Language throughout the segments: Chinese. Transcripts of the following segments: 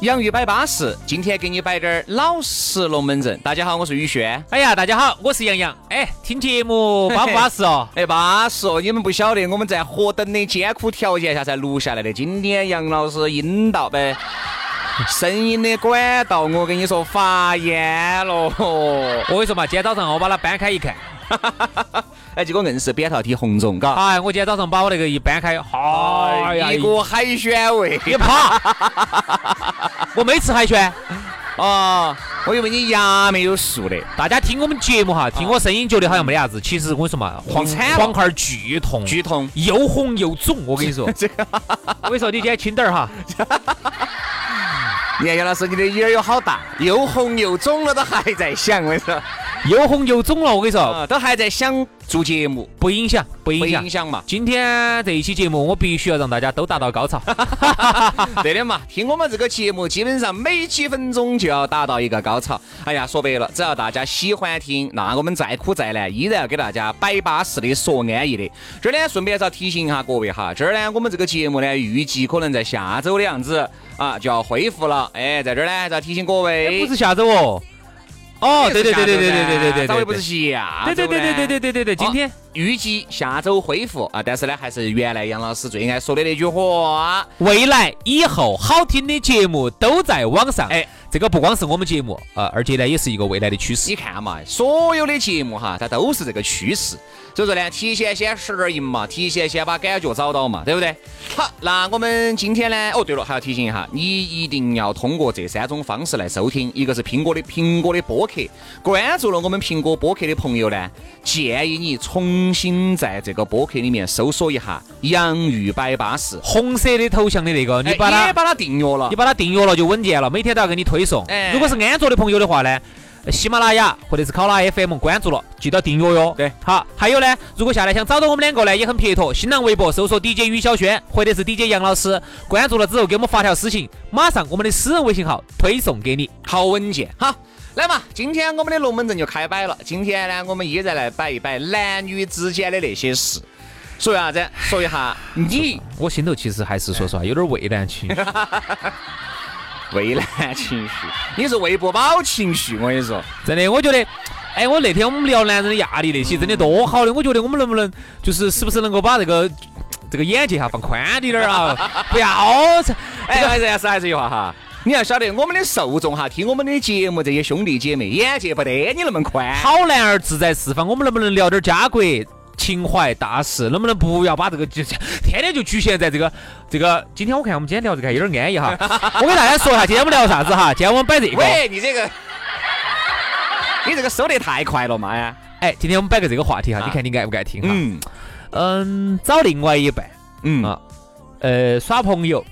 洋芋摆巴适，今天给你摆点儿老实龙门阵。大家好，我是宇轩。哎呀，大家好，我是杨洋。哎，听节目巴不巴适哦？哎，巴适哦！你们不晓得我们在何等的艰苦条件下才录下来的。今天杨老师阴道呗，声音的管道，我跟你说发炎了。我跟你说嘛，今天早上我把它搬开一看，哎，结果硬是扁桃体红肿，嘎。哎，我今天早上把我那个一搬开，哎呀，哎一股海鲜味你怕？我没吃海鲜。啊！我以为你牙没有竖的，大家听我们节目哈，听我声音觉得好像没得啥子，其实我跟你说嘛，慌惨了啊嗯黄块儿剧痛，剧痛又红又肿。我跟你 说，我跟你说，你今天轻点儿哈。你看杨老师，你的耳有好大，又红又肿了，都还在响，我跟你说，又红又肿了，我跟你说，啊，都还在想做节目，不影响，不不影响。影。响嘛 今天这一期节目，我必须要让大家都达到高潮。对的嘛，听我们这个节目，基本上每几分钟就要达到一个高潮。哎呀，说白了，只要大家喜欢听，那我们再苦再难，依然要给大家摆巴适的说安逸的。这儿呢，顺便再提醒一下各位哈，这儿呢，我们这个节目呢，预计可能在下周的样子啊就要恢复了。哎，在这儿呢，再提醒各位，哎不是下周哦。哦，对对对对对对对对对，稍微不是哦下对对对对对对对对对，今天预计下周恢复啊，但是呢，还是原来杨老师最爱说的那句话，未来以后好听的节目都在网上。哎哎，这个不光是我们节目啊，而且呢也是一个未来的趋势你。看嘛，所有的节目哈，它都是这个趋势，所以说呢，提前先适应嘛，提前先把感觉找到嘛，对不对？好，那我们今天呢，哦对了，还要提醒一下，你一定要通过这三种方式来收听，一个是苹果的苹果的播客，关注了我们苹果播客的朋友呢，建议你重新在这个播客里面搜索一下“洋芋摆巴士”。红色的头像的那个，你哎把也它把它订阅了你，把它订阅了就稳健了，每天都要给你推送啊哎。如果是安卓的朋友的话呢？喜马拉雅或者是考拉 FM 关注了，记得订阅哟。对，好，还有呢，如果下来想找到我们两个呢，也很撇脱。新浪微博搜索 DJ 于小轩或者是 DJ 杨老师，关注了之后给我们发条私信，马上我们的私人微信号推送给你。好稳健哈。来嘛，今天我们的龙门阵就开摆了。今天呢，我们依然来摆一摆男女之间的那些事。说啥子？说一下你我心头其实还是说实话有点畏难情绪，畏难情绪，你是喂不饱情绪。我跟你说，真的，我觉得。哎，我那天我们聊男人的压力那嗯些，真的多好的。我觉得我们能不能就是是不是能够把这个这个眼界哈放宽点点儿啊？不要这， 哎，哎，还是还是还是一句话哈，你要晓得我们的受众哈，听我们的节目这些兄弟姐妹眼界不得你那么宽。好男儿志在四方，我们能不能聊点家国情怀大事？能不能不要把这个就天天就局限在这个这个？今天我看我们今天聊这个还有点安逸 哈。我给大家说一下，今天我们聊啥子哈？今天我们摆这个，喂，你这个，你这个收得太快了嘛呀？哎，今天我们摆个这个话题哈，啊你看你爱不爱听哈？嗯嗯，找另外一半。嗯啊呃，耍朋友，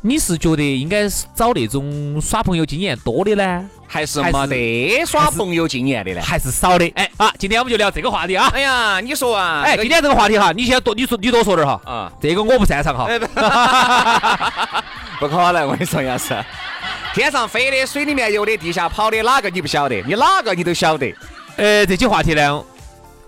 你是觉得应该是找那种耍朋友经验多的呢，还是还是没得耍还是朋友经验的呢。还是少的？哎，啊，今天我们就聊这个话题啊。哎呀，你说啊，哎，这今个天这个话题哈，你先多，你说你多说点哈。啊。这个我不擅长哈。哎不不可能，我跟你说，杨师，天上飞的、水里面游的、地下跑的，哪个你不晓得？你哪个你都晓得，呃，这期话题呢，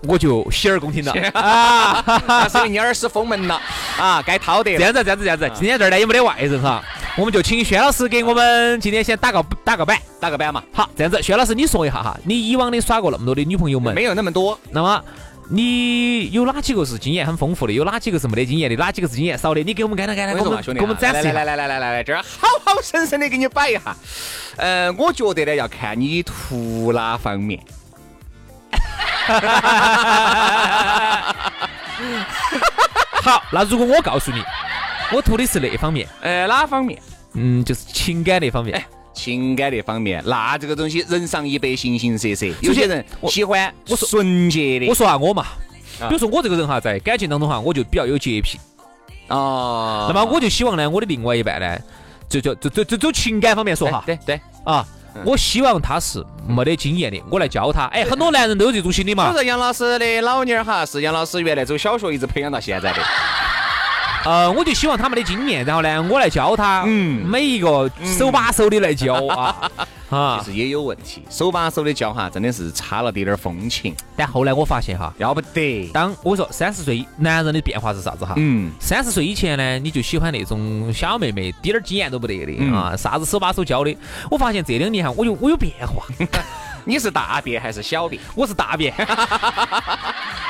我就洗耳恭听了啊。那所以你耳屎封门了啊，该掏得这了。样子，这样子，这样子，今天这儿呢也没得外人哈，我们就请轩老师给我们今天先打个打个板。打个板嘛，好，这样子，轩老师你说一下哈，你以往的耍过那么多的女朋友们，没有那么多。那么你有哪几个是经验很丰富的？有哪几个是没得经验的？哪几个是经验少的？你给我们干来干来，我给跟你我说嘛，兄们弟啊，给我们展示一来下。来来来来来来，这儿好好生生的给你摆一下。呃，我觉得呢要看你图哪方面。好，那如果我告诉你，我图的是那方面，呃，哪方面？嗯，就是情感那方哎面。情感那方面，那这个东西人上一百，形形色色。有首些先人我喜欢我说纯洁的我，说下我嘛，啊比如说我这个人哈，在感情当中哈，我就比较有洁癖。哦，那么我就希望呢，我的另外一半呢，就就就就就走情感方面说哈，哎对嗯对，啊，我希望他是没得经验的，我来教他。哎，很多男人都有这种心理嘛我。说杨老师的老妞儿哈，是杨老师原来走小学一直培养到现在的。呃，我就希望他没得经验，然后呢，我来教他，嗯每一个手把手的来教啊啊。其实也有问题，手把手的教哈，真的是差了点点风情，但后来我发现哈，要不得。当我说三十岁男人的变化是啥子哈？嗯，三十岁以前呢，你就喜欢那种小妹妹，滴点儿经验都不得的、嗯啊，啥子手把手教的。我发现这两年哈，我有我有变化，你是大便还是小便？我是大变。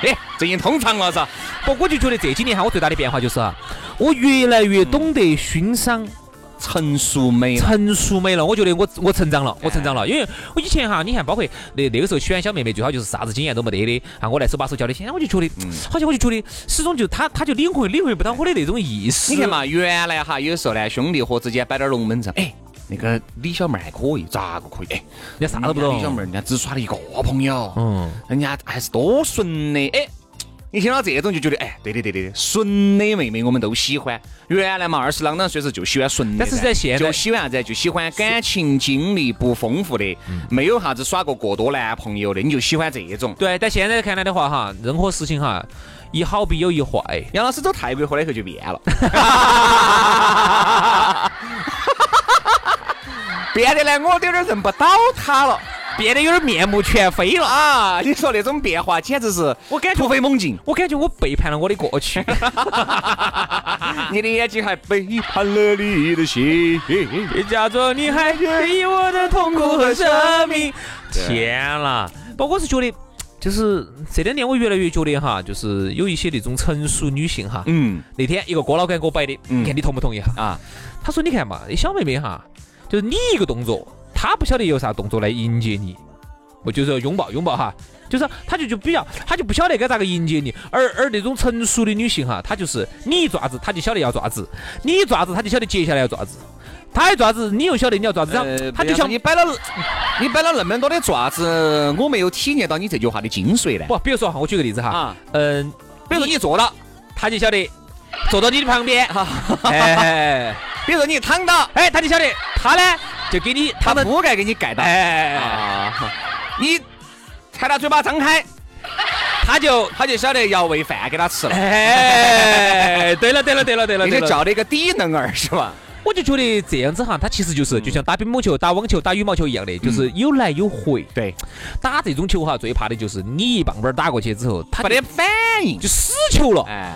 哎，最近通畅了噻。不，我就觉得这几年哈，我最大的变化就是哈，我越来越懂得欣赏成熟美了，成熟美了。我觉得我我成长了，哎我成长了，因为我以前哈，你看，包括那那个时候喜欢小妹妹，最好就是啥子经验都没得的啊，我来手把手教的。现在我就觉得，嗯好像我就觉得始终就她她就领会领会不到我的那种意思。你看，嘛，原来哈，有时候呢，兄弟伙之间摆点龙门阵，哎，那个李小妹儿还可以，咋个可以？哎，人家啥都不懂人家李小妹儿人家只耍了一个朋友，嗯，人家还是多纯的，哎。你听到这种就觉得，哎，对的对的对的，纯的妹妹我们都喜欢。原来嘛，二十啷当岁时就喜欢纯的噻，但是在现在就喜欢啥子？就喜欢感情经历不丰富的，没有啥子耍过过多男朋友的，你就喜欢这种。对。但现在看来的话哈，任何事情哈，一好必有一坏。杨老师走泰国回来以后就变了，变得呢，我都有点认不到他了。变得有点面目全非了。啊，你说那种变化简直是我感觉突飞猛进，我感觉我背叛了我的 过去，啊你的眼睛还背叛了你的心。别假装你还愿意我的痛苦和生命。天啦！不，我是觉得，就是这两年我越来越觉得哈，就是有一些那种成熟女性哈。嗯那天一个哥老倌给我摆的，嗯你看你同不同意哈？啊，他说你看嘛，那小妹妹哈，就是你一个动作，她不晓得有啥动作来迎接你，我就是要拥抱拥抱哈，就是她就就比较，她就不晓得该咋个迎接你，而而那种成熟的女性哈，她就是你一爪子，她就晓得要爪子，你一爪子，她就晓得接下来要爪子，她一爪子，你又晓得你要爪子，这呃样她就不要说像你摆了，你摆了那么多的爪子，我没有体验到你这句话的精髓呢。不，比如说哈，我举个例子哈，啊，嗯，比如说你坐到，她就晓得坐到你的旁边，哎比如说你躺到，哎，她就晓得，她呢就给你他她们铺盖给你盖到，哎，啊，你看他嘴巴张开，她就他就晓得要喂饭给他吃了。哎，对了，对了，对了，对了，你对就了。叫了一个低能儿是吧？我就觉得这样子哈，它其实嗯就是就像打乒乓球、打网球、打羽毛球一样的，就是有来有回。对，打这种球哈，最怕的就是你一棒棒打过去之后，它没得反应就。死球了，哎，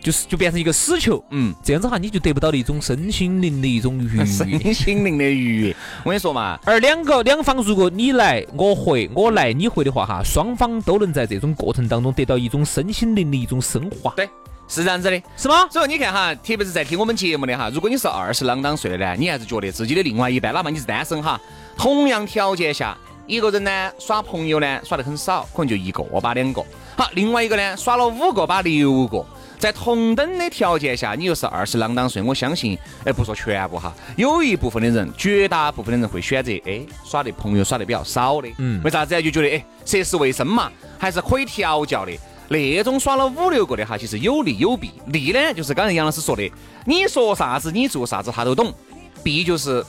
就是就变成一个死球。 嗯，这样子哈，你就得不到的一种身心灵的一种愉悦。 身心灵的愉悦。我跟你说嘛，而两个两方，如果你来我回，我来你回的话哈，双方都能在这种过程当中得到一种身心灵的一种升华，对，是这样子的。是吗？所以你看哈，特别是在听我们节目的哈，如果你是二十啷当岁的呢，你还是觉得自己的另外一半，哪怕你是单身哈，同样条件下，一个人呢耍朋友呢耍得很少，可能就一个把两个，好，另外一个呢耍了五个把六个。在同等的条件下，你又是二十啷当岁，我相信，哎，不说全部哈，有一部分的人，绝大部分的人会选择，哎，耍的朋友耍的比较少的，嗯为啥子呢？就觉得，哎，涉世未深嘛，还是可以调教的。那种耍了五六个的哈，其实有利有弊。利呢，就是刚才杨老师说的，你说啥子，你做啥子，他都懂；弊就是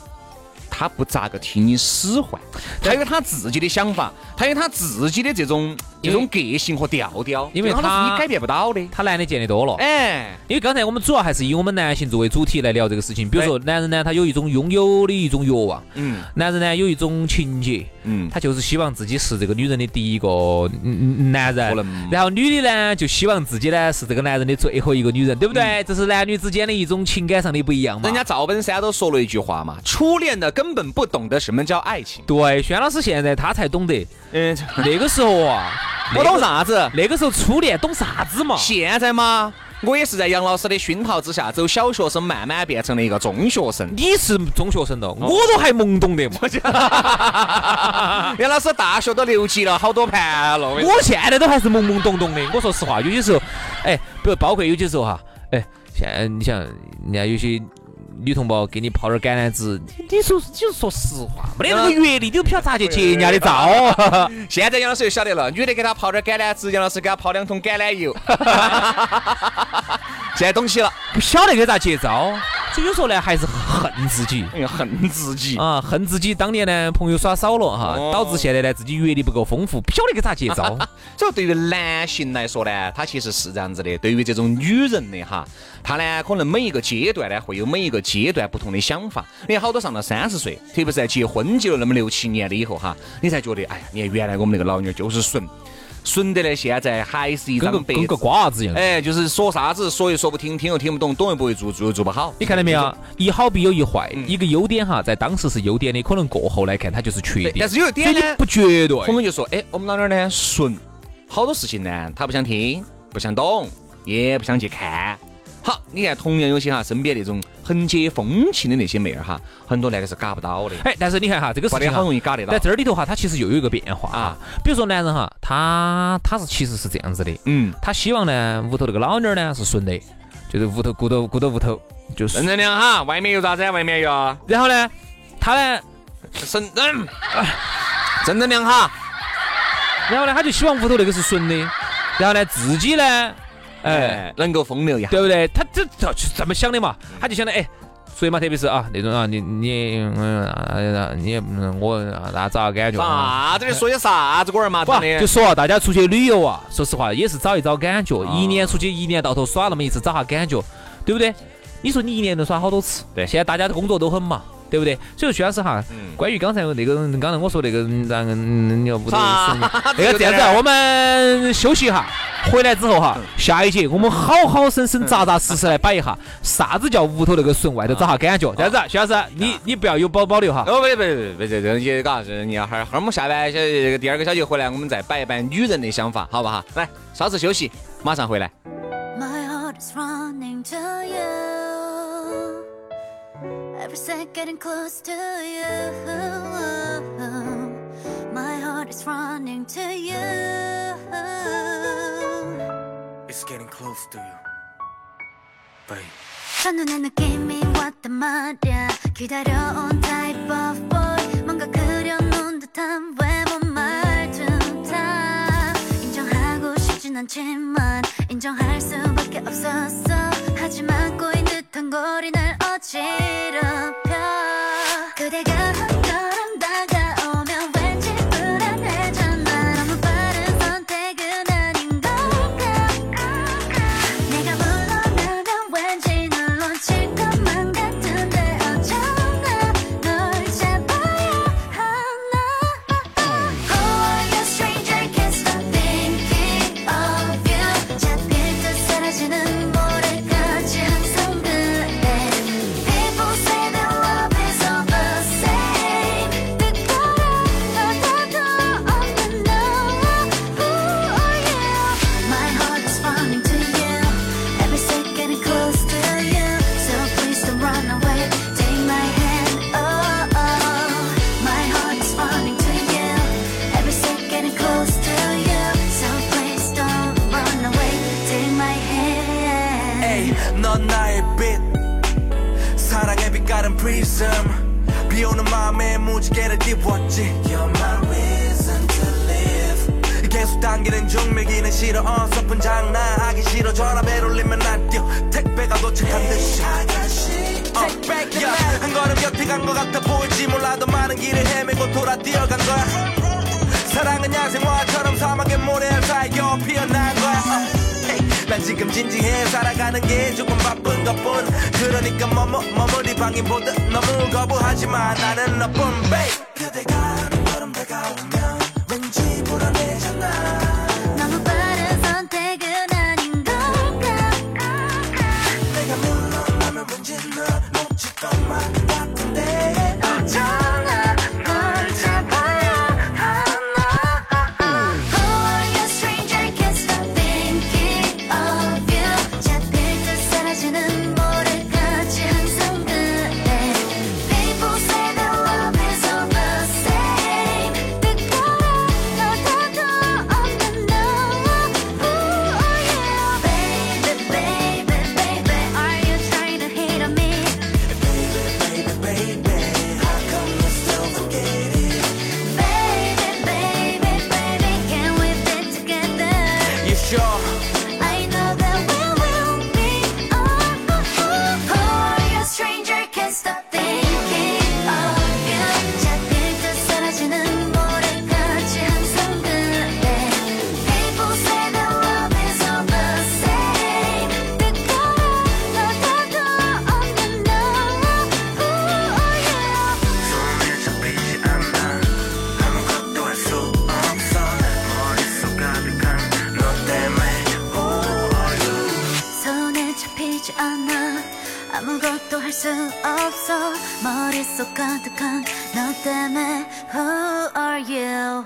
他不咋个听你使唤，他有他自己的想法，他有他自己的这种这因为种个性和调调，因为这种东西他哦你改变不到的。他男的见得多了，哎，因为刚才我们主要还是以我们男性作为主体来聊这个事情。比如说，男人呢，他有一种拥有的一种欲望；哎嗯男人呢，有一种情结，嗯，他就是希望自己是这个女人的第一个嗯嗯男可人。能然后女的呢，就希望自己呢是这个男人的最后一个女人，对不对？这是男女之间的一种情感上的不一样嘛。嗯人家赵本山都说了一句话嘛，初恋的根本不懂得什么叫爱情。对，轩老师现在他才懂得，嗯， 那个时候啊，我那懂个，啥子？那个时候初恋懂啥子嘛？现在嘛，我也是在杨老师的熏陶之下，走小学生慢慢变成了一个中学生。你是中学哦生了，我都还懵懂的嘛， 杨老师大学都六级了，好多盘了。我现在都还是懵懵懂懂的。我说实话，有些时候，哎，比如包括有些时候哈，哎，现在你想，人家有些女同胞给你泡点橄榄枝，你你说你说实话，没得那个阅历，你都不晓得咋去结人家的 啊账。现在杨老师又 晓得了，女的给他泡点橄榄枝，杨老师给他泡两桶橄榄油。现在懂起了，不晓得该咋接招。所以有时候呢，还是恨自己哎呀，恨自己。啊，恨自己当年呢朋友耍少了哦哈，导致现在呢自己阅历不够丰富，不晓得该咋接招。所以对于男性来说呢，他其实是这样子的。对于这种女人的哈，她呢可能每一个阶段呢会有每一个阶段不同的想法。你看好多上了三十岁，特别是在结婚结了那么六七年了以后哈，你才觉得哎呀，你看原来我们那个老妞儿就是损，损得呢现在还是 一跟个张白跟个纸。瓜娃子一样。哎，就是说啥子说又说不听，听又听不懂，懂又不会做，做又做不好。你看到没有？啊一好必有一坏，嗯一个优点哈，在当时是优点的，可能过后来看它就是缺对点。但是有一点所以呢你不绝对。我们就说，哎，我们老娘儿呢顺，好多事情呢，她不想听，不想懂，也不想去看。好，你看，同样有些哈，身边那种很解风情的那些妹儿哈，很多那个是嘎不到的，哎，但是你看哈，这个事不情然哈好容易嘎得到在。这儿里头哈，它其实又有一个变化啊啊。比如说男人哈，他他是其实是这样子的，嗯，他希望呢屋头那个老妞儿呢是顺的，就是屋头咕捣咕捣屋头就是正。能量哈，外面有啥子？外面有然后呢，他呢，正嗯，正能量哈，然后呢，他就希望屋头那个是顺的，然后呢自己呢，哎，哎，能够风流一下。 对不对？他这这就是这么想的嘛，他就想的哎。所以嘛，特别是啊那种啊，你你嗯啊，你嗯我啊那咋感觉啊？啥子的说些啥子歌儿嘛？不真啊，的就，说啊大家出去旅游啊，说实话也是找一找感觉，啊一年出去一年到头耍那么一次，找下感觉，对不对？你说你一年能耍好多次？对现在大家的工作都很忙，对不对？所以说徐老师哈，嗯关于刚才那个，刚才我说那个，嗯让嗯你要不得啥 子那个有 这点样子啊，我们休息一下，回来之后嗯哈，下一节我们好好生生扎扎实实来摆一下，嗯啥子叫屋头那个顺，外头找下感觉。这样子啊，徐老师，你你不要有保保留哈。哦，不不不不，这这些嘎，这你要还还我们下班小这个第二个小节回来，我们再摆一摆女人的想法，好不好？来，稍事休息，马上回来。 My heart is running to you. Every second getting close to you. My heart is running to you. It's getting close to you, babe. 첫눈의 느낌이 왔단 말야 기다려온 type of boy 뭔가 그려놓은 듯한 외모 말투다 인정하고 싶진 않지만 인정할 수밖에 없었어 하지만 꼬인 듯한 거리 날 어지럽혀 그대가 한 걸음 다가오면 왠지 불안해잖아 너무 빠른 선택은 아닌 걸까 내가 물러나면 왠지 널 놓칠 것만 같은데 어쩌나 널 잡아야 하나 Who are you stranger can't stop thinking of you 잡힐 듯 사라지는 모래까지 항상 그래 People say that love is all the same 뜻거나 바다도 없는 너 Who are you My heart is running to you. Every second it close to you. So please don't run away. Take my hand. Oh, oh. My heart is running to you. Every second it close to you. So please don't run away. Take my hand. 에이, 넌 나의 빛. 사랑의 빛깔은 prism. 비 오는 마음에 무지개를 띄웠지. You're my reason to live. 계속 당기는 중 밀기는 싫어 어설픈 장난 하기 싫어 전화벨 울리면 안 뛰어 택배가 도착한 듯이 어, yeah. 한 걸음 곁에 간 것 같아 보일지 몰라도 많은 길을 헤매고 돌아 뛰어간 거야 사랑은 야생화처럼 사막의 모래알 사이여 피어난 거야 어, hey, 난 지금 진지해 살아가는 게 조금 바쁜 것뿐 그러니까 머무, 머무리 방인 보듯 너무 거부하지만 나는 너뿐 babe 그대가 한 걸음 다가오면 왠지 불안해졌나 너무 빠른 선택은 아닌 걸까? 내가 물러나면 왠지 널 놓칠 것만 같은데 어쩌나 널 잡아야 하나 Who are you stranger can't stop thinking of you 잡힐 듯 사라지는 모래까지 항상 그래 People say that love is all the same 아무것도 할 수 없어 머릿속 가득한 너 때문에 Who are you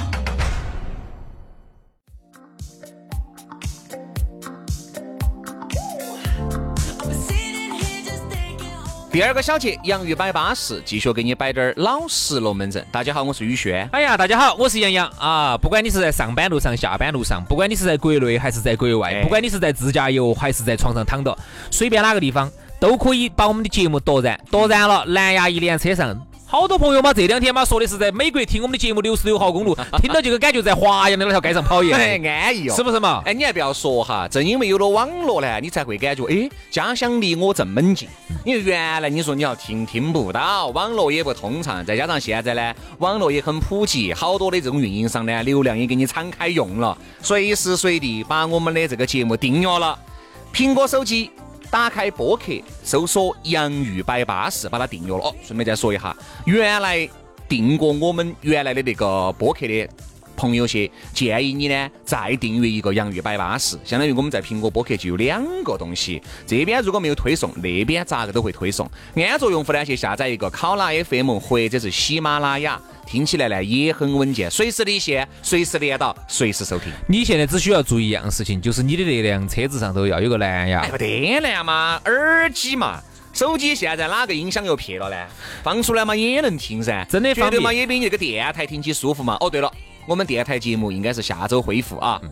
第二个小节，洋芋摆巴适，继续给你摆点儿老实龙门阵。大家好，我是宇轩。哎呀，大家好，我是杨洋啊！不管你是在上班路上、下班路上，不管你是在国内还是在国外，哎不管你是在自驾游还是在床上躺着，随便哪个地方都可以把我们的节目夺燃，夺燃了，嗯蓝牙一连车上。好多朋友嘛，这两天嘛说的是在美国听我们的节目六十六号 公路，听到这个感觉在华阳的那条街上跑一样，哎，安逸哦，是不是嘛？哎，你还不要说哈，正因为有了网络呢，你才会感觉，哎，家乡离我这么近。因为原来你说你要听听不到，网络也不通畅，再加上现在呢，网络也很普及，好多的这种运营商呢，流量也给你敞开用了，随时随地把我们的这个节目订阅了。苹果手机打开播客，搜索“洋芋摆巴士”，把它订阅了。哦，顺便再说一下，原来订过我们原来的那个播客的。朋友些建议你呢，再订阅一个洋芋摆巴士，相当于我们在苹果播客就有两个东西，这边如果没有推送，那边咋个都会推送。安卓用户呢，去下载一个考拉 FM 或者是喜马拉雅，听起来呢也很稳健，随时离线，随时连到，随时收听。你现在只需要做一样事情，就是你的那辆车子上头要有个蓝牙哎，。不得了嘛，耳机嘛。手机现在哪个音响又撇了呢？放出来嘛也能听噻，真的绝方对便嘛也比你那个电台听起舒服嘛。哦，对了，我们电台节目应该是下周恢复啊。嗯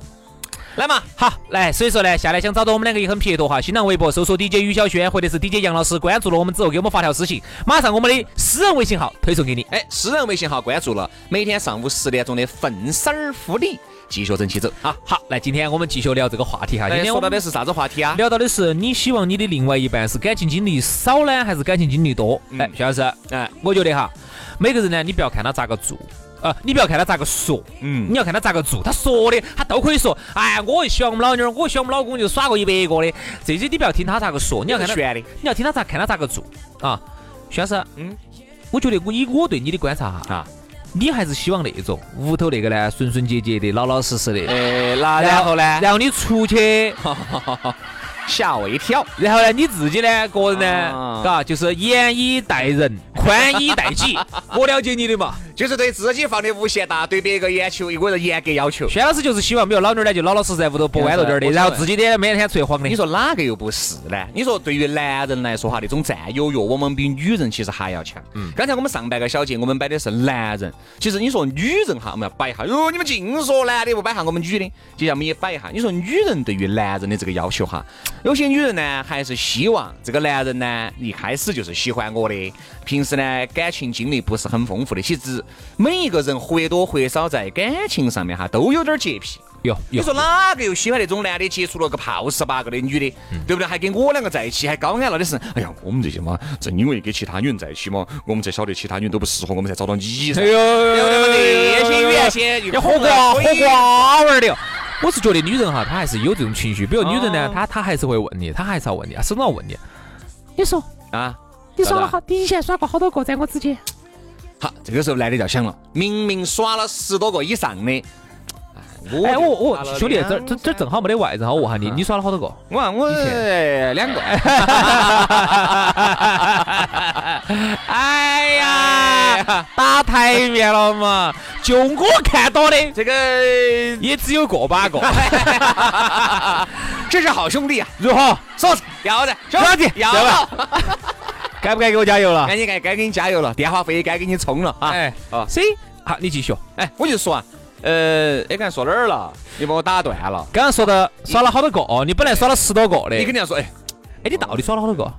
来嘛，好，来，所以说呢，下来想找到我们两个也很撇脱哈。新浪微博搜索 DJ 于小轩或者是 DJ 杨老师，关注了我们之后给我们发条私信，马上我们的私人微信号推送给你。哎，私人微信号关注了，每天上午十点钟的粉丝儿福利，继续整起走啊。好，来，今天我们继续聊这个话题哎哈。今今天哎天说我到们的是啥子话题啊？聊到的是，你希望你的另外一半是感情经历少呢，还是感情经历多？嗯哎，徐老师，哎，我觉得哈，每个人呢，你不要看他咋个做。啊、你不要看他咋个说，嗯你要看他咋个做。他说的，他都可以说。哎，我也喜欢我们老妞儿，我也喜欢我们老公，就耍过一百个的。这些你不要听他咋个说，你要看他悬的你要听他咋看他咋个做啊，徐老师，嗯嗯，我觉得我以我对你的观察哈，啊。你还是希望那种屋头那个呢，顺顺结结的，老老实实的。呃，那然后呢？然后你 出去，吓我一跳。然后呢，你自己呢，个人啊呢，嘎，就是严以待人，宽以 待己。我了解你的嘛，就是对自己放的无限大，对别个要求有个人严格要求。轩老师就是希望，比如老妞儿呢，就老老实实在屋头不弯着点儿的，我然后自己的每天出去晃的你。说哪个又不是呢？你说对于男人来说哈，那种占有欲往往比女人其实还要强。嗯，刚才我们上半个小节我们摆的是男人，其实你说女人哈，我们要摆一下。哟，你们净说男的不摆下我们女的，接下来我们也摆一下。你说女人对于男人的这个要求哈，有些女人呢还是希望这个男人呢一开始就是喜欢我的，平时呢感情经历不是很丰富的。其实每一个人或多或少在感情上面哈都有点洁癖。哟你哟说，哪个又喜欢那种男的接触了个泡十八个的女的，嗯对不对？还跟我两个在一起，还高安了的是，哎呀，我们这些嘛，正因为跟其他女人在一起嘛，我们才晓得其他女人都不适合，我们才找到你噻。哎呦，哎那些原先要喝瓜喝瓜味儿的。我是觉得女人哈，她还是有这种情绪。比如女人呢哦，她她还是会问你，她还是要问你，始终要问你。你说，啊！你耍了好，你以前耍过好多个在我之间。好，这个时候男的就要想了，明明耍了十多个以上的，哎，我耍我了兄弟，两这这这正好没得外人哈，我问下你，你耍了好多个？我我两个，哎呀，打台面了嘛，就我看到的这个也只有个把个。这是好兄弟啊，如何？嫂子要得，兄弟，要对吧了，该不该给我加油了？赶紧该该给你加油了，电话费也该给你充了啊。啊哎，啊所以好，你继续。哎，我就说啊，呃，哎，刚才说哪儿了？你把我打断了。刚刚说的耍了好多个，哦你本来耍了十多个的，你肯定要说，哎，哎，你到底耍了好多个？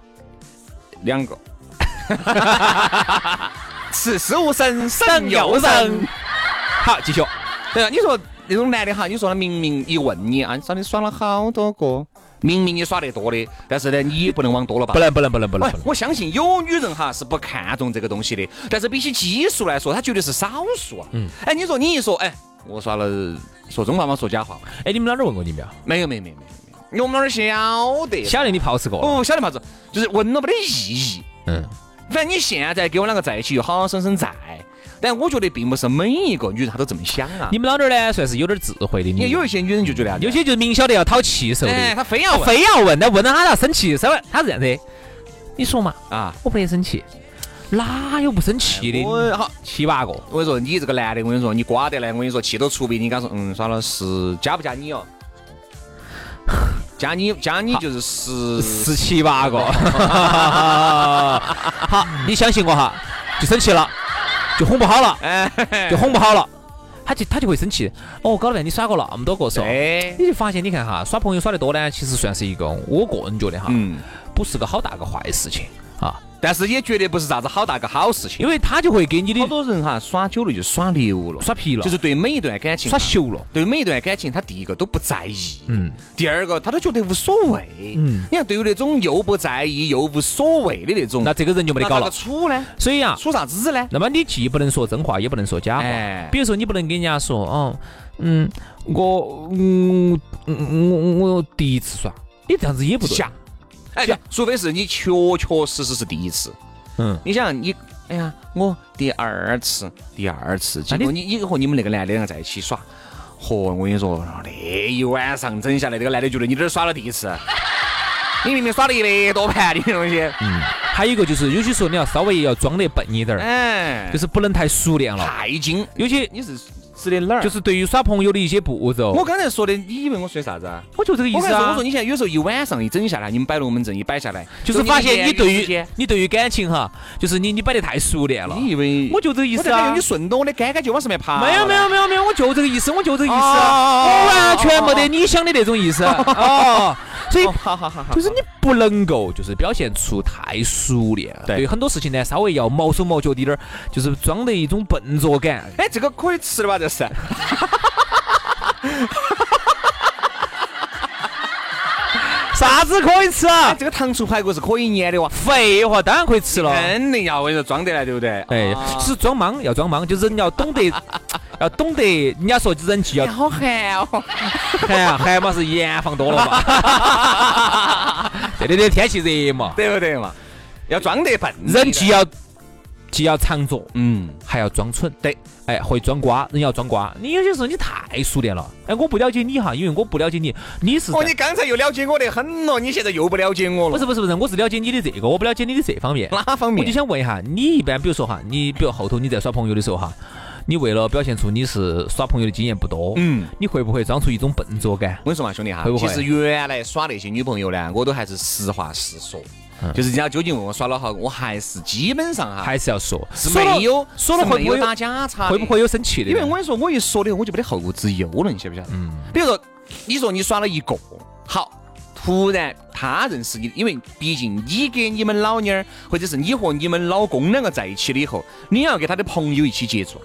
两个。此时无声胜有声。。好，继续。对啊，你说那种男的哈，你说他明明一问你啊，你找你耍了好多个，明明你耍得多的，但是呢，你也不能往多了吧不？能不能不能不能喂不能，我相信有女人哈是不看重这个东西的，但是比起基数来说，她绝对是少数啊。嗯，哎，你说你一说，哎，我耍了，说真话吗？说假话吗？哎，你们老爹问过你没有？没有没有没有没有没有，因为我们那儿晓得，晓得你泡吃过了，哦晓得嘛子，就是闻了没得意义。嗯，反正你现在跟我两个在一起又好好生生在，但我觉得并不是每一个女人她都这么想啊。你们老爹呢算是有点智慧的，你你看有一些女人就觉得啊，有些就是明晓得要讨气受哎，的，她非要问非要问，那问了他要生气，稍微他是这样子，你说嘛，啊。我不得生气，哪有不生气的？哎我好，七八个，我跟你说，你这个男的，我跟你说，你瓜得来，我跟你说，气都出不。你刚说，嗯，耍了十，加不加你哦？加你加你就是十十七 八个。好，你相信我哈，就生气了，就哄不好了，哎，就哄不好了，他就他就会生气。哦，搞了半天你耍过那么多个是吧？对，你就发现，你看哈，耍朋友耍得多呢，其实算是一个，我个人觉得哈，嗯，不是个好大个坏事情啊，但是也绝对不是啥子好大个好事情。因为他就会给你的好多人哈，耍久了就耍流了，耍皮了，就是对每一段感情耍羞了。对每一段感情，他第一个都不在意，嗯，第二个他都觉得无所谓，嗯你看对于那种又不在意又无所谓的那种，那这个人就没得搞嗯那咋了个。处呢？所以啊，处啥子呢？那么你既不能说真话，也不能说假话。哎比如说，你不能跟人家说，哦，嗯，我，嗯，嗯我我我第一次耍，你这样子也不对。假哎，对除非是你确确实实是第一次。嗯，你想你，哎呀，我第二次，第二次，结啊那你果你你和你们那个男的两个在一起耍，嚯，我跟你说，那一晚上整下来，这个男的觉得你这儿耍了第一 次，你明明耍了一百多盘的东西，还有一个就是，有些时候你要稍微要装得笨一点儿，哎，就是不能太熟练了。太精，有些你是指的哪儿？就是对于耍朋友的一些步骤，我刚才说的，你以为我说的啥子啊？我就这个意我思刚才说，我啊说。你现在有时候一晚上一整下来，你们摆龙门阵一摆下来，就是发现你你对一言于你对于感情哈，就是你你摆得太熟练了。语之间你以为我就这个意我思就感啊觉你。顺着我的杆杆就往上面爬。没有没有。没有没有，我就这个意思，我就这个意思，哦我完全没得你想的那 种意思。哦，所以哦，好好好好。就是你不能够就是表现出太熟练，啊对很多事情呢稍微要毛手毛脚滴点儿，就是装的一种笨拙感。 哎，这个可以吃了吧？这 是。啥子可以吃啊哎，？这个糖醋排骨是可以腌的哇。废话，当然可以吃了。肯定要，我跟你说，装得来，对不对？哎，是装莽要装莽，就是人要懂 得，要懂得，人家说人际要好寒哦。寒啊，寒嘛是盐放多了嘛。 这里的天气热嘛，对不对嘛？要装得笨。人既要既要藏拙，嗯，还要装蠢，对，哎，会装瓜，人要装瓜。你有些时候你太熟练了，哎，我不了解你哈，因为我不了解你，你是哦，在你刚才又了解我得很了，你现在又不了解我不了。是不是不是，我是了解你的这个，我不了解你的这方面。哪方我就面？想问一下，你一般比如说哈，你比如后头你在耍朋友的时候哈，你为了表现出你是耍朋友的经验不多，嗯，你会不会装出一种笨拙感？我跟你说嘛，兄弟哈会，不其会实原来耍那些女朋友呢，我都还是实话实说，就是人家究竟问我耍了好，我还是基本上哈嗯还是要说，是说了没有，说了是会没不会有有打假叉的？会不会有生气的？因为我跟你说，我一说的我就没得后顾之忧了，你晓不晓得？嗯。比如说，你说你耍了一个，好，突然他认识你，因为毕竟你跟你们老妞儿，或者是你和你们老公两个在一起了以后，你要跟他的朋友一起接触，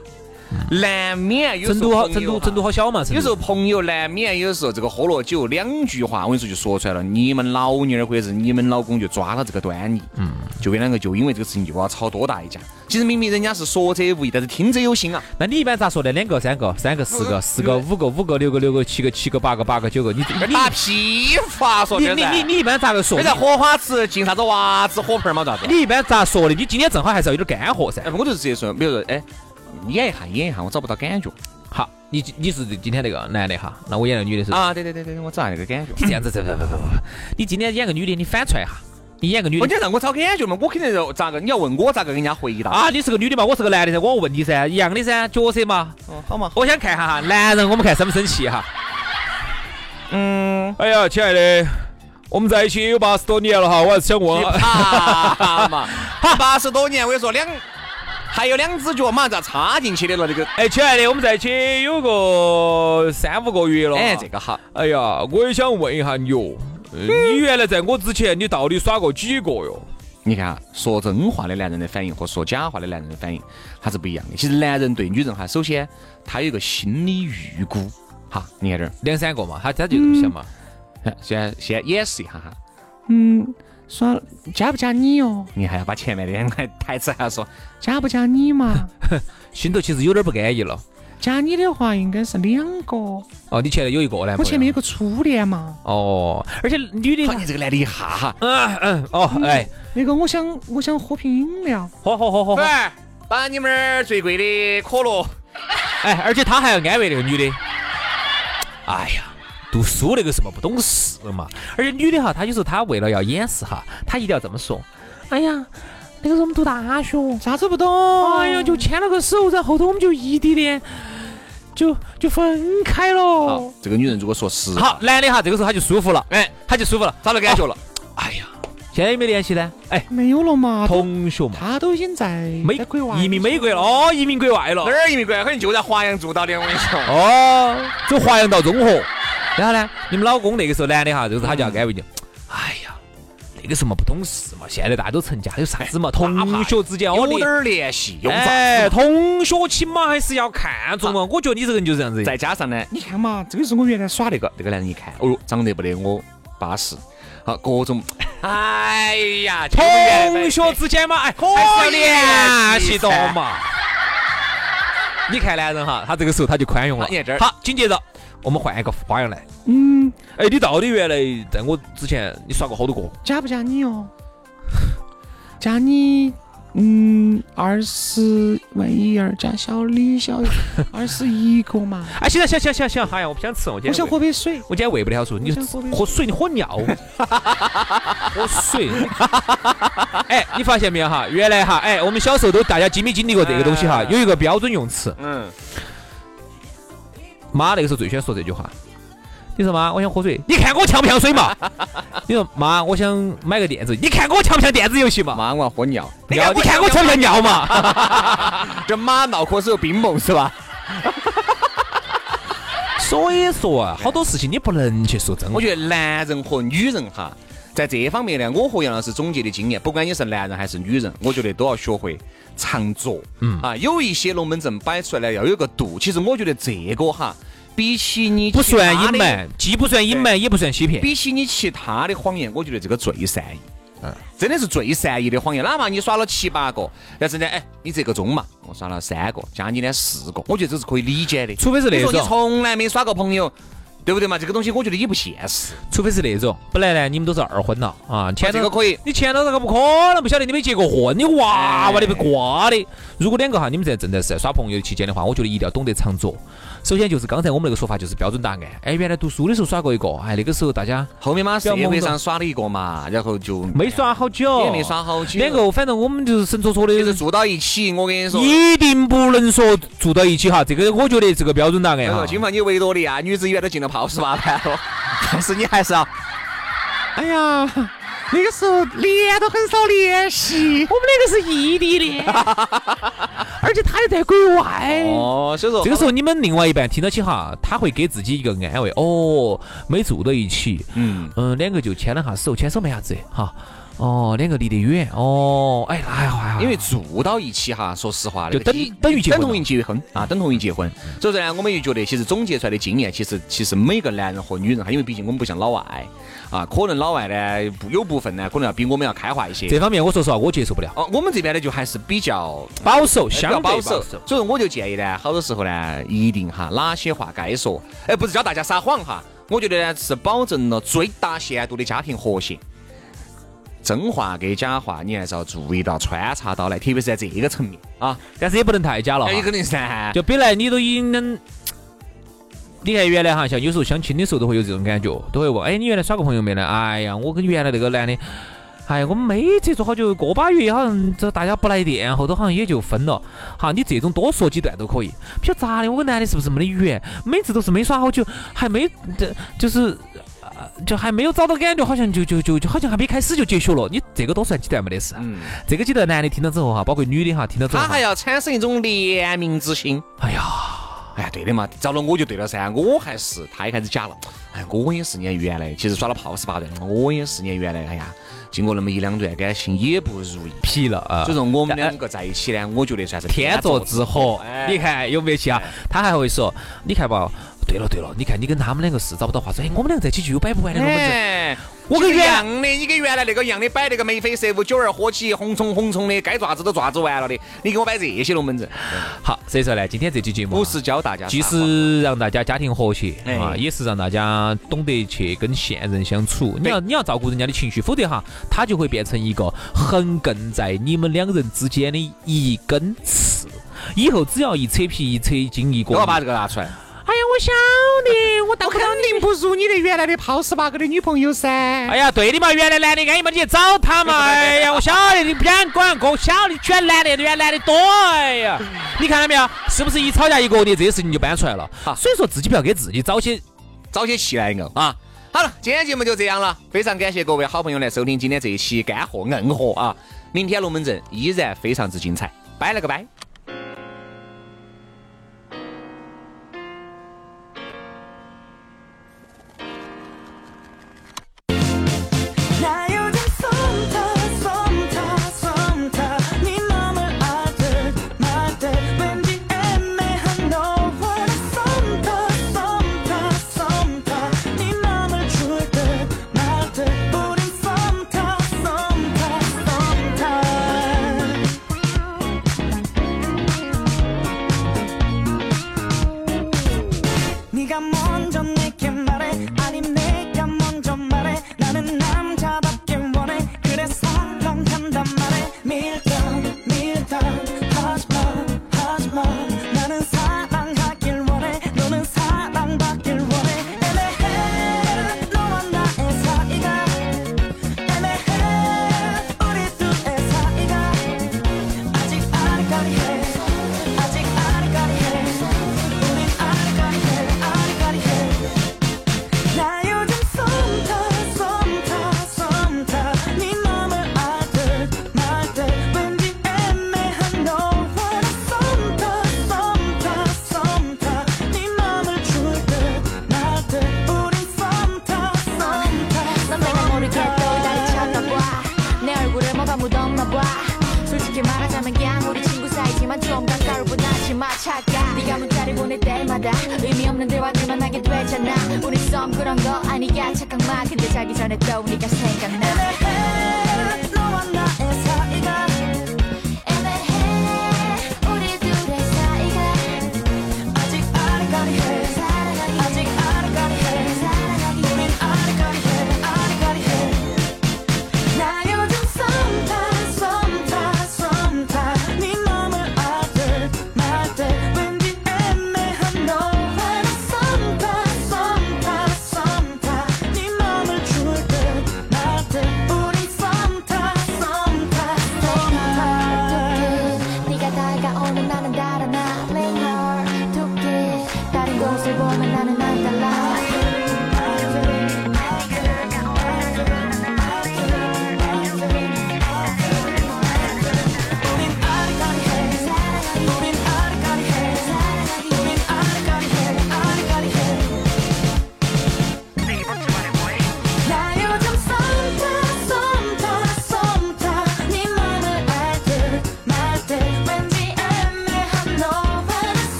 难免有成时都候好，朋友嗯成都哈成都好小嘛，成有时候都朋友难免，有时候这个喝了酒，两句话，我跟你说就说出来了。你们老妞儿或者是你们老公就抓了这个端倪，嗯，就跟两个就因为这个事情就把他吵多大一架。其实明明人家是说者无意，但是听者有心啊。那你一般咋说呢？两个、三个、三个、四个、四个、五个、五个、六个、六个、七个、七个、八个、八个、九个，你打你批发说你你你你一般咋个说现？在荷花池进啥子娃子火盆儿嘛？咋子？你一般咋说的？你今天正好还是要有点干货噻哎，。我就是直接说，比如说，哎，演一下，演一下，我找不到感觉好，你你是今天那个男的哈，那我演那个女的是吧啊！对对对对，我找那个感觉。这样子，这不不不不，你今天演个女的，你反串一下，你演个女我的你让我找感觉嘛，我肯定要咋个？你要问我咋个跟人家回答？啊，你是个女的嘛，我是个男的噻，我问你噻，一样的噻，角色嘛。哦，好嘛，我想看一下哈，男人我们看生不生气哈。嗯，哎呀，亲爱的，我们在一起有八十多年了哈，我还是想问啊怕 嘛？八十多年，我跟你说，两还有两只脚马上就要插进去的了，这个。哎，亲爱的，我们在一起有个三五个月了。哎，这，个好，哎呀，我也想问一下你哟，呃你原来在我之前，你到底耍过几个哟？你看啊，说真话的男人的反应和说假话的男人的反应，他是不一样的。其实男人对女人哈，首先他有一个心理预估，哈，你看这儿，两三个嘛，他他就这么想嘛。先先演示一下哈。嗯，说加不加你哦？你还要把前面的两个台词还要说，加不加你嘛？ 心头其实有点不安逸了。加你的话应该是两个，哦，你前头有一个男朋友，我前面有个初恋嘛。哦，而且女的好，你这个男的一下哈，嗯嗯，哦，哎，那个我想我想喝瓶饮料，好好好好，喂好，把你们儿最贵的可乐，哎，而且他还要安慰那个女的，哎呀。读书那个什么不懂事嘛，而且女的哈，她有时候她为了要掩饰哈，她一定要这么说。哎呀，那个时候我们读大学，啥子不懂？哎呀，就牵了个手，然后后头我们就异地恋，就就分开好了。，这个女人如果说实话，好，男的哈，这个时候他就舒服了，哎，他就舒服了。找到感觉了，哎呀，现在有没有联系呢？哎，没有了嘛。同学嘛，他都已经在美在国外，移民美国了，哦，移民国外了哪，儿移民官可能就在华阳做到的，我跟你说。哦，走华阳到中和。嗯然后呢，你们老公那个时候男的哈，就是他就要安慰你，哎呀，那个时候嘛不懂事嘛，现在大家都成家，有啥子嘛？同学之间哦，有你点儿联系，用哎，啥？同学起码还是要看重嘛。我觉得你这个人就是这样子的。再加上呢，你看嘛，这个是我原来耍耍那个那个男人一看，哦哟，长得不得我巴适，好各种，哎呀，这个原来同学之间嘛，哎，还是要联系到嘛。你看男人哈，他啊这个时候他就宽容了好你看这。儿好，紧接着我们换一个花样来。嗯，哎，你到底原来在我之前你耍过好多个？加不加你哦？加你，嗯，二十万一二加小李小 二十一个嘛。哎，行了，行行行行，哎呀，我不想吃，我今天我想胃喝，杯水，我今天胃不太好受。你我想喝杯喝水，你喝尿， 喝水。哎，你发现没有哈？原来哈，哎，我们小时候都大家经没经历过这个东西哈？哎有一个标准用词，嗯，妈那个时候最喜欢说这句话。你说妈，我想喝水。你看我呛不呛水嘛？你说妈，我想买个电子。你看我呛不呛电子游戏嘛？妈，我要喝尿，尿，啊你看我呛不呛尿嘛？这妈脑壳是有冰梦是吧？ 所以说啊，好多事情你不能去说真我话。觉得男人和女人哈，在这方面呢，我和杨老师总结的经验，不管你是男人还是女人，我觉得都要学会藏拙。嗯啊，有一些龙门阵摆出来了，要有个度。其实我觉得这个哈，比起你不其算他的隐瞒，既不算隐瞒，也不算欺骗。比起你其他的谎言，我觉得这个最善意。嗯真的是最善意的谎言，哪怕你耍了七八个，但是呢，哎，你这个钟嘛，我耍了三个，加你呢四个，我觉得这是可以理解的。除非是那你说你种从来没耍过朋友，对不对嘛？这个东西我觉得也不现实。除非是那种，本来呢你们都是二婚了啊，前头哦这个可以你前头那个不可能不晓得你没结过婚，你娃哎娃的被瓜的。如果两个哈，你们在正在是在耍朋友的期间的话，我觉得一定要懂得藏拙。首先就是刚才我们那个说法就是标准答案，哎，原来读书的时候耍过一个，哎，那个时候大家后面嘛，不社要懵会懂上耍了一个嘛，然后就没耍好久，也没耍好久，两个，反正我们就是神戳戳的，就是住到一起。我跟你说，一定不能说住到一起哈。这个我觉得这个标准答案那哈个，哎今房你维多利亚女子医院都进了泡十 八盘了，但是你还是要哎呀，那个时候连都很少联系。 我们那个是异地 恋，而且他又在国外。哦，所以说哎这个时候你们另外一半听到起哈，他会给自己一个安慰，哦，没住到一起，嗯。嗯，两个就牵了下手，牵手没啥子哈。哦，两个离得远哦，哎，那还好还好，因为住到一起哈，说实话，就那个等结等于结婚嗯等同于结婚啊，等同于结婚。所以说呢，我们就觉得，其实总结出来的经验，其实其实每个男人和女人哈，因为毕竟我们不像老外啊，可能老外呢不有部分呢，可能要比我们要开化一这些。方面我说实话我接受不了，哦，我们这边呢就还是比较保守，比相较对保守，所以说我就建议呢，好多时候呢，一定哈，哪些话该说，哎，不是教大家撒谎哈，我觉得呢是保证了最大限度的家庭和谐。真话跟假话，你还是要注意到穿插到来，特别是在这个层面啊。但哎是也不能太假了哈那。你肯定噻， 就本来你都已经能，你看原来哈，像有时候相亲的时候都会有这种感觉，都会问，哎，你原来耍过朋友没呢？哎呀，我跟原来那个男的，哎呀，我们每接触好久，个把月好像这大家不来电，后头好像也就分了。哈，你这种多说几段都可以，不晓得咋的，我跟男的是不是没得缘？每次都是没耍好久，还没这就是。呃就还没有找到感觉，好像就就就就好像还没开始就结束了。你这个多算几段没得事，啊嗯，这个几段男的听到之后哈，包括女的哈，听到之后他哈，还要产生一种怜悯之心。哎呀，哎呀，对的嘛，找了我就对了噻，我还是他也开始假了。哎，我也是年原来，其实耍了泡十八段了，我也是年原来，哎呀，经过那么一两段感情也不如意。皮了啊！所以说我们两个在一起呢，我觉得算是天作之合哎，你看有没有气啊？他还会说，你看吧，对了对了，你看你跟他们两个是找不到话说，哎，我们两个在一起就有摆不完的龙门阵。哎，我就跟一原样的，你跟原来那个一样的摆那个眉飞色舞、酒儿喝起、红冲红冲的，该爪子都爪子完了的，你给我摆这些龙门阵，好，所以说呢，今天这期节目啊不是教大家啥话，既是让大家家庭和谐哎啊，也是让大家懂得去跟现任相处。你要你要照顾人家的情绪，否则哈，他就会变成一个横亘在你们两人之间的一根刺。以后只要一扯皮、一扯筋、一给过我，把这个拿出来。哎呀，我晓得，我到我肯定不如你的原来的泡屎八哥的女朋友噻。哎呀，对的嘛，原来男的安逸嘛，你去找他嘛。哎呀，我晓得你不想管，我晓得你选男的，原来男的多。哎呀，你看到没有？是不是一吵架一过的这些事情就搬出来了？所以说自己不要给自己找些找些气来硬啊。好了，今天节目就这样了，非常感谢各位好朋友来收听今天这一期干货硬货啊！明天龙门阵依然非常之精彩，拜了个拜。 나 요즘 썸타 썸타 썸타 네 맘을 알듯 말듯 왠지 애매한 너와 썸타 썸타 썸타 네 맘을 줄듯 말듯 우린 썸타 썸타 썸타 네가 먼저 내게 말해 아님 내가 먼저 말해 나는 남자답게 원해 그래서 렁한단 말해 밀당 밀당 하지마 하지마 나는 사랑하길 원해 너는 사랑받길 원해 애매해 너와 나의 사이가 애매해 우리 둘의 사이가 아직 아리까리해 아직 아리까리해 우린 아리까리해 아리까리해 나 요즘 썸타 썸타 썸타 네 맘을 알듯 말듯 왠지 애매한 너와 썸타 썸타 썸타 네 맘을 줄듯 말듯 우린 썸타 썸타 넌 내가 모르게 또 썸타. 다리 쳐다봐 내 얼굴을 뭐가 묻었나봐 솔직히 말하자면 그냥 우리 친구 사이지만 좀 가까울뿐 하지마 착각 네가 문자를 보낼 때마다 의미 없는 대화들만 하게 되잖아 우리 썸 그런 거 아니야 착각 마 근데 자기 전에 또 우리가 생각나 애매해